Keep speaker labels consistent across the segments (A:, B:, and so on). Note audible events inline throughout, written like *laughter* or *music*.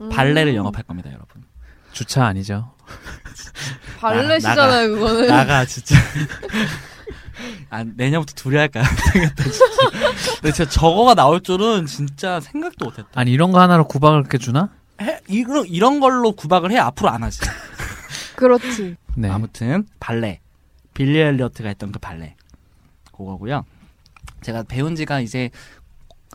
A: 음,
B: 발레를 영업할 겁니다, 여러분.
C: 주차 아니죠?
B: 나가.
A: 발레시잖아요 그거는.
B: 나가 진짜. *laughs* 아 내년부터 둘이 할까? *laughs* 생각했다, 진짜. 근데 진짜 저거가 나올 줄은 진짜 생각도 못했다.
C: 아니 이런 거 하나로 구박을 이렇게 주나?
B: 해, 이런 이런 걸로 구박을 해 앞으로 안 하지.
A: 그렇지.
C: 네.
B: 아무튼 발레 빌리 엘리어트가 했던 그 발레 그거고요. 제가 배운 지가 이제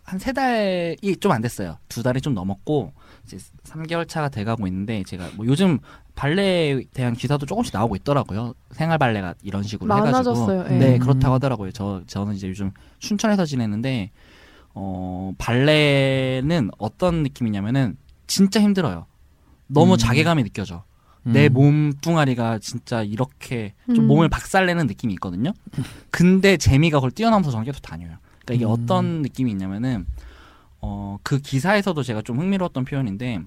B: 한 세 달이 좀 안 됐어요. 두 달이 좀 넘었고 이제 3개월 차가 돼가고 있는데 제가 뭐 요즘 발레에 대한 기사도 조금씩 나오고 있더라고요. 생활 발레가 이런 식으로 해가지고
A: 많아졌어요. 예.
B: 네
C: 음.
B: 그렇다고 하더라고요. 저 저는 이제 요즘 춘천에서 지내는데 어 발레는 어떤 느낌이냐면은 진짜 힘들어요. 너무
C: 음.
B: 자괴감이 느껴져.
C: 음.
B: 내 몸뚱아리가 진짜 이렇게 좀
A: 음.
B: 몸을 박살내는 느낌이 있거든요. 근데 재미가 그걸 뛰어넘어서 저는 계속 다녀요. 그러니까 이게
C: 음.
B: 어떤 느낌이 있냐면은 어, 그 기사에서도 제가 좀 흥미로웠던 표현인데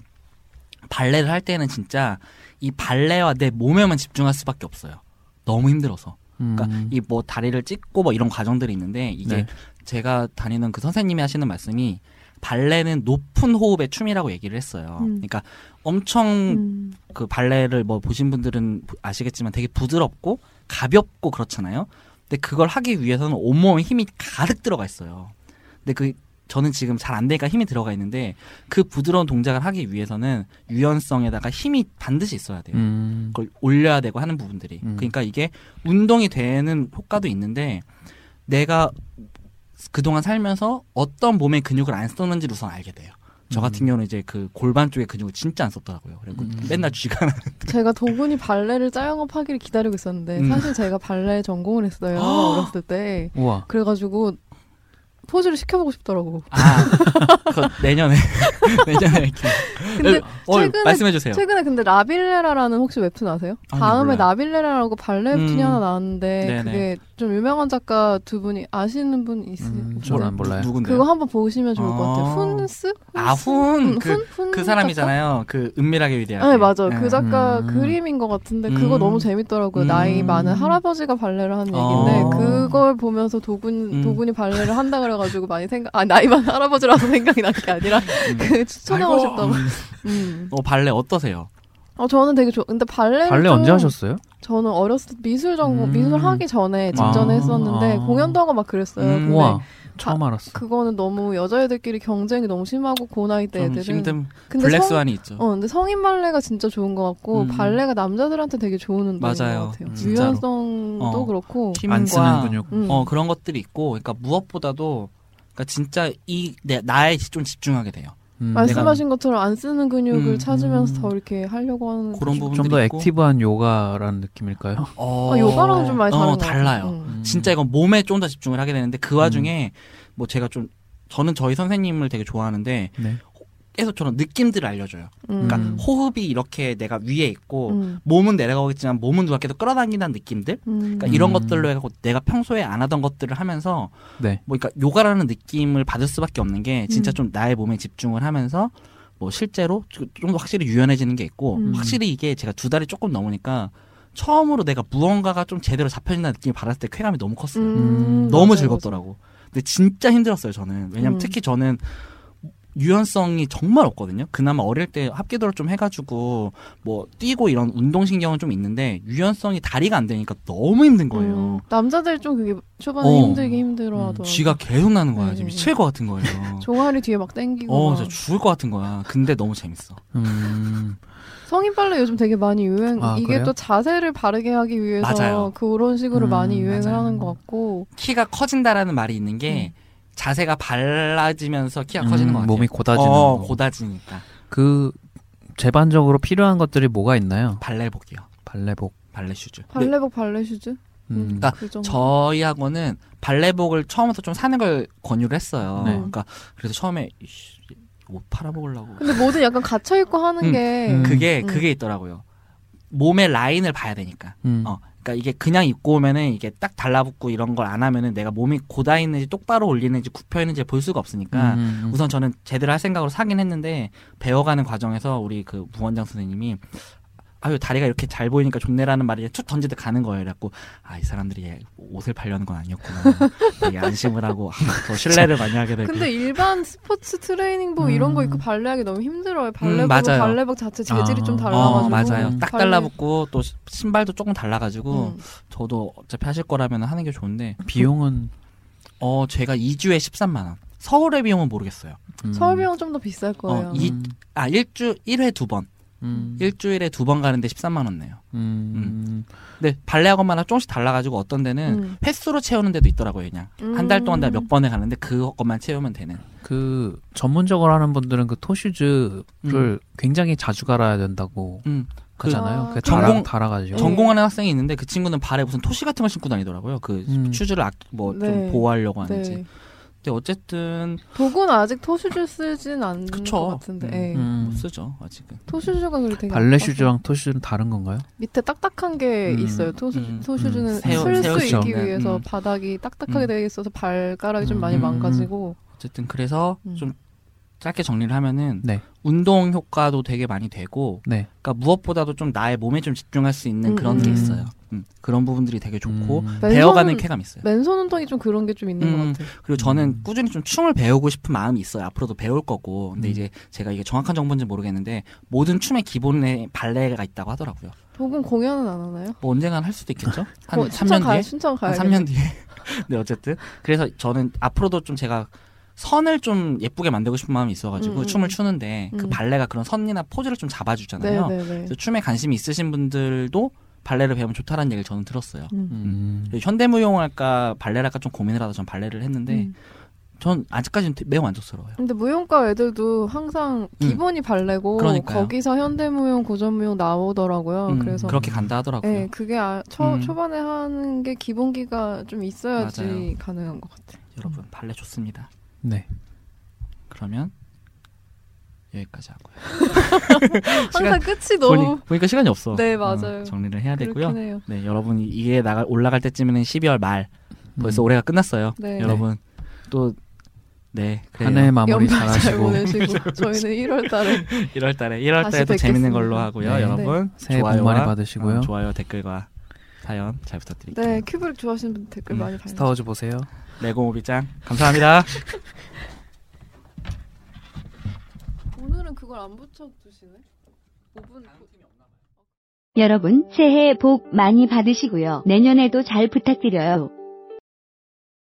B: 발레를 할 때는 진짜 이 발레와 내 몸에만 집중할 수밖에 없어요. 너무 힘들어서.
C: 음.
B: 그러니까 이 뭐 다리를 찢고 뭐 이런 과정들이 있는데 이게
C: 네.
B: 제가 다니는 그 선생님이 하시는 말씀이 발레는 높은 호흡의 춤이라고 얘기를 했어요.
A: 음.
B: 그러니까 엄청
A: 음.
B: 그 발레를 뭐 보신 분들은 부- 아시겠지만 되게 부드럽고 가볍고 그렇잖아요. 근데 그걸 하기 위해서는 온몸에 힘이 가득 들어가 있어요. 근데 그 저는 지금 잘 안 되니까 힘이 들어가 있는데 그 부드러운 동작을 하기 위해서는 유연성에다가 힘이 반드시 있어야 돼요.
C: 음.
B: 그걸 올려야 되고 하는 부분들이.
C: 음.
B: 그러니까 이게 운동이 되는 효과도 있는데 내가 그동안 살면서 어떤 몸의 근육을 안 썼는지를 우선 알게 돼요. 저 같은 경우는 이제 그 골반 쪽의 근육을 진짜 안 썼더라고요. 그리고
C: 음.
B: 맨날 쥐가
A: 제가 도군이 발레를 짜영업하기를 기다리고 있었는데
B: 음. 아.
A: 사실 제가 발레 전공을 했어요 어렸을 때.
C: 우와.
A: 그래가지고 포즈를 시켜보고 싶더라고.
B: 아, 그거 내년에 *laughs* 내년에 이렇게.
A: 근데
B: 어,
A: 최근에-
B: 말씀해 주세요.
A: 최근에 근데 라빌레라라는 혹시 웹툰 아세요?
B: 아니요, 네,
A: 다음에
B: 몰라요.
A: 라빌레라라고 발레 웹툰이
B: 음.
A: 하나 나왔는데
B: 네네.
A: 그게 좀 유명한 작가 두 분이 아시는 분
C: 음,
A: 있으세요?
C: 저는 몰라요.
B: 누군데?
A: 그거 한번 보시면 좋을 것 같아요.
B: 아.
A: 훈스?
B: 아,
A: 훈스?
B: 훈.
A: 음,
B: 그-
A: 훈
B: 그
A: 작가?
B: 사람이잖아요. 그 은밀하게 위대하게.
A: 네 맞아 그
B: 작
A: 작가
C: 음.
A: 그림인 것 같은데 그거
B: 음.
A: 너무 재밌더라고요
B: 음.
A: 나이 많은 할아버지가 발레를 하는
B: 어.
A: 얘기인데 그걸 보면서 도군
B: 음.
A: 도군이 발레를 한다 그래가지고 많이 생각 아 나이 많은 할아버지라서 생각이 난 게 아니라 *laughs* 그 추천하고
B: 음. 아이고.
A: 싶다고 음.
B: 어 발레 어떠세요?
A: 어 저는 되게 좋아 근데 발레를
C: 발레
A: 좀
C: 언제 하셨어요?
A: 저는 어렸을 때 미술 전공
C: 음.
A: 미술 하기 전에 직전에
C: 아.
A: 했었는데
C: 아.
A: 공연도 하고 막 그랬어요
B: 음.
A: 근데
C: 우와. 처음
B: 아,
C: 알았어.
A: 그거는 너무 여자애들끼리 경쟁이 너무 심하고 고나이 때
B: 좀
A: 애들은
B: 힘든
A: 네, 근데 성-
B: 블랙스완이 있죠.
A: 어, 근데 성인 발레가 진짜 좋은 것 같고
B: 음.
A: 발레가 남자들한테 되게 좋은 운동인
B: 맞아요.
A: 것 같아요.
C: 음, 진짜로.
A: 유연성도
B: 어.
A: 그렇고.
C: 안 쓰는
B: 힘과
C: 근육.
A: 음.
B: 어 그런 것들이 있고, 그러니까 무엇보다도 그러니까 진짜 이 내, 나에 좀 집중하게 돼요.
C: 음.
A: 말씀하신 것처럼 안 쓰는 근육을
B: 음.
A: 찾으면서
C: 음.
A: 더 이렇게 하려고 하는.
B: 그런
A: 거.
B: 부분들이
C: 좀 더
B: 있고.
C: 액티브한 요가라는 느낌일까요?
B: 어,
A: 아, 요가랑 좀 많이 다른
B: 어,
A: 것
B: 달라요.
A: 같아요. 음.
B: 진짜 이건 몸에 좀 더 집중을 하게 되는데
C: 음.
B: 그 와중에 뭐 제가 좀 저는 저희 선생님을 되게 좋아하는데
C: 네.
B: 계속 저런 느낌들을 알려줘요.
A: 음.
B: 그러니까
C: 음.
B: 호흡이 이렇게 내가 위에 있고
A: 음.
B: 몸은 내려가겠지만 몸은 누가 계속 끌어당긴다는 느낌들
A: 음.
B: 그러니까 이런
C: 음.
B: 것들로 해갖고 내가 평소에 안 하던 것들을 하면서
C: 네.
B: 뭐 그러니까 요가라는 느낌을 받을 수밖에 없는 게 진짜
A: 음.
B: 좀 나의 몸에 집중을 하면서 뭐 실제로 좀 더 확실히 유연해지는 게 있고
A: 음.
B: 확실히 이게 제가 두 달이 조금 넘으니까 처음으로 내가 무언가가 좀 제대로 잡혀진다는 느낌을 받았을 때 쾌감이 너무 컸어요.
C: 음,
B: 너무
A: 맞아요,
B: 즐겁더라고. 근데 진짜 힘들었어요, 저는. 왜냐면
A: 음.
B: 특히 저는 유연성이 정말 없거든요. 그나마 어릴 때 합기도를 좀 해가지고 뭐 뛰고 이런 운동신경은 좀 있는데 유연성이 다리가 안 되니까 너무 힘든
A: 맞아요.
B: 거예요.
A: 음. 남자들 좀 그게 초반에
B: 어.
A: 힘들게 힘들어 하더라고요.
B: 쥐가 계속 나는 거야.
A: 네.
B: 지금 미칠 것 같은
A: *laughs*
B: 거예요.
A: 종아리 뒤에 막 땡기고.
B: 어,
A: 막.
B: 진짜 죽을 것 같은 거야. 근데 너무 재밌어.
C: 음.
A: 성인 발레 요즘 되게 많이 유행.
C: 아,
A: 이게
C: 그래요?
A: 또 자세를 바르게 하기 위해서
B: 맞아요.
A: 그런 식으로
C: 음,
A: 많이 유행을
B: 맞아요.
A: 하는 것 같고.
B: 키가 커진다라는 말이 있는 게
A: 음.
B: 자세가 발라지면서 키가 커지는
C: 음,
B: 것 같아요.
C: 몸이 고다지는
B: 어,
C: 거.
B: 고다지니까.
C: 그 재반적으로 필요한 것들이 뭐가 있나요?
B: 발레복이요.
C: 발레복.
B: 발레 슈즈.
A: 발레복 발레 슈즈?
C: 음.
B: 그러니까
A: 그 정도.
B: 저희 학원은 발레복을 처음부터 좀 사는 걸 권유를 했어요.
C: 네.
B: 그러니까 그래서 처음에 이씨, 옷 팔아먹으려고
A: 근데 뭐든 약간 갇혀 있고 하는
B: 음,
A: 게
C: 음.
B: 그게
A: 음.
B: 그게 있더라고요. 몸의 라인을 봐야 되니까.
C: 음.
B: 어, 그러니까 이게 그냥 입고 오면은 이게 딱 달라붙고 이런 걸 안 하면은 내가 몸이 고다 있는지 똑바로 올리는지 굽혀 있는지 볼 수가 없으니까
C: 음,
B: 우선 저는 제대로 할 생각으로 사긴 했는데 배워가는 과정에서 우리 그 부원장 선생님이 아유 다리가 이렇게 잘 보이니까 좋네라는 말이 툭 던지듯 가는 거예요. 그래갖고 아 이 사람들이 얘 옷을 팔려는 건 아니었구나. *laughs* 되게 안심을 하고 더 신뢰를 많이 하게 되고.
A: 근데 일반 스포츠 트레이닝복 이런 거 입고 발레하기 너무 힘들어요. 발레복
B: 음. 맞아요.
A: 발레복 자체 재질이
C: 아.
A: 좀 달라가지고.
B: 어 맞아요.
C: 음.
B: 딱
A: 발레-
B: 달라붙고 또 시- 신발도 조금 달라가지고
A: 음.
B: 저도 어차피 하실 거라면 하는 게 좋은데
C: 비용은
B: 어 제가 2주에 13만 원. 서울의 비용은 모르겠어요.
C: 음,
A: 서울병원 좀더 비쌀 거예요.
B: 어, 이- 아 일주 1회 두 번.
C: 음,
B: 일주일에 두 번 가는데 13만 원 내요.
C: 음,
B: 근데 네, 발레 학원마다 조금씩 달라가지고 어떤 데는
A: 음.
B: 횟수로 채우는 데도 있더라고요. 그냥
A: 음.
B: 한 달 동안 내가 몇 번에 가는데 그것만 채우면 되는.
C: 그 전문적으로 하는 분들은 그 토슈즈를
B: 음.
C: 굉장히 자주 갈아야 된다고
B: 음, 그
C: 하잖아요.
A: 아,
C: 그
B: 전공-
C: 달아 달아가지고
A: 전-
B: 전공하는 학생이 있는데 그 친구는 발에 무슨 토시 같은 걸 신고 다니더라고요. 그
C: 음.
B: 슈즈를 뭐 좀
A: 네.
B: 보호하려고 하는지.
A: 네.
B: 근데 어쨌든
A: 도구는 아직 토슈즈 쓰진 않는
B: 그쵸.
A: 것 같은데.
B: 음.
A: 예.
C: 음,
B: 못 쓰죠 아직은.
A: 토슈즈가 그리 되게
C: 발레
A: 아파서.
C: 슈즈랑 토슈즈는 다른 건가요?
A: 밑에 딱딱한 게
C: 음,
A: 있어요. 토슈,
B: 음,
C: 음.
A: 토슈즈는
B: 세워-
A: 쓸 수
B: 세우죠.
A: 있기
B: 네,
A: 위해서
B: 음.
A: 바닥이 딱딱하게
B: 음.
A: 되어 있어서 발가락이 좀 많이
C: 음.
A: 망가지고
B: 어쨌든 그래서
A: 음.
B: 좀 짧게 정리를 하면은
C: 네.
B: 운동 효과도 되게 많이 되고,
C: 네.
B: 그러니까 무엇보다도 좀 나의 몸에 좀 집중할 수 있는
A: 음,
B: 그런 게
C: 음.
B: 있어요. 음, 그런 부분들이 되게 좋고
C: 음,
A: 네.
B: 배워가는
A: 왼손은-
B: 쾌감 있어요.
A: 맨손 운동이 좀 그런 게 좀 있는
B: 음.
A: 것 같아요.
B: 그리고 저는
C: 음.
B: 꾸준히 좀 춤을 배우고 싶은 마음이 있어요. 앞으로도 배울 거고. 근데
C: 음.
B: 이제 제가 이게 정확한 정보인지 모르겠는데 모든 춤의 기본에 발레가 있다고 하더라고요.
A: 도구 공연은 안 하나요?
B: 뭐 언젠간 할 수도 있겠죠? 한
A: 어,
B: 3년
A: 춘천 가요.
B: 뒤에?
A: 춘천 가요.
B: 한 3년 뒤에. *laughs* 네, 어쨌든. 그래서 저는 앞으로도 좀 제가 선을 좀 예쁘게 만들고 싶은 마음이 있어가지고
A: 음, 음.
B: 춤을 추는데 그
A: 음.
B: 발레가 그런 선이나 포즈를 좀 잡아주잖아요.
A: 네네네.
B: 그래서 춤에 관심이 있으신 분들도 발레를 배우면 좋다라는 얘기를 저는 들었어요.
C: 음.
B: 그리고 현대무용할까 발레랄까 좀 고민을 하다 전 발레를 했는데
A: 음.
B: 전 아직까지는 되게 매우 만족스러워요.
A: 근데 무용과 애들도 항상
B: 음.
A: 기본이 발레고
B: 그러니까요.
A: 거기서 현대무용, 고전무용 나오더라고요.
B: 음,
A: 그래서
B: 그렇게 간다 하더라고요.
A: 네, 그게 아, 초,
B: 음.
A: 초반에 하는 게 기본기가 좀 있어야지
B: 맞아요.
A: 가능한 것
B: *laughs*
A: 같아요.
B: 여러분 발레 좋습니다.
C: 네.
B: 그러면 여기까지 하고요.
A: 항상 끝이 너무
B: 보니, 까 시간이 없어.
A: 네,
B: 어,
A: 맞아요.
B: 정리를 해야 되고요.
A: 그렇긴 해요.
B: 네, 여러분 이게 나갈 올라갈 때쯤에는 12월 말 벌써
C: 음.
B: 올해가 끝났어요.
A: 네.
B: 여러분 또 네
C: 한
B: *laughs*
C: 해
B: 그래요.
C: 마무리
A: 연말 잘
B: *laughs*
C: 잘하시고
A: 보내시고 저희는 1월달에
B: 1월 달에 1월
A: 다시
B: 달에 또
A: 뵙겠습니다.
B: 재밌는 걸로 하고요.
C: 네.
B: 여러분
C: 새해 복 많이 받으시고요.
B: 어, 좋아요 댓글과 사연 잘 부탁드릴게요.
A: 네 큐브릭 좋아하시는 분 댓글
B: 음,
A: 많이 달요
C: 스타워즈 보세요.
A: 네.
B: 레고 모비짱 감사합니다.
A: 오늘은 그걸 안 붙여 두시네. 5분
D: 여러분, 새해 복 많이 받으시고요. 내년에도 잘 부탁드려요.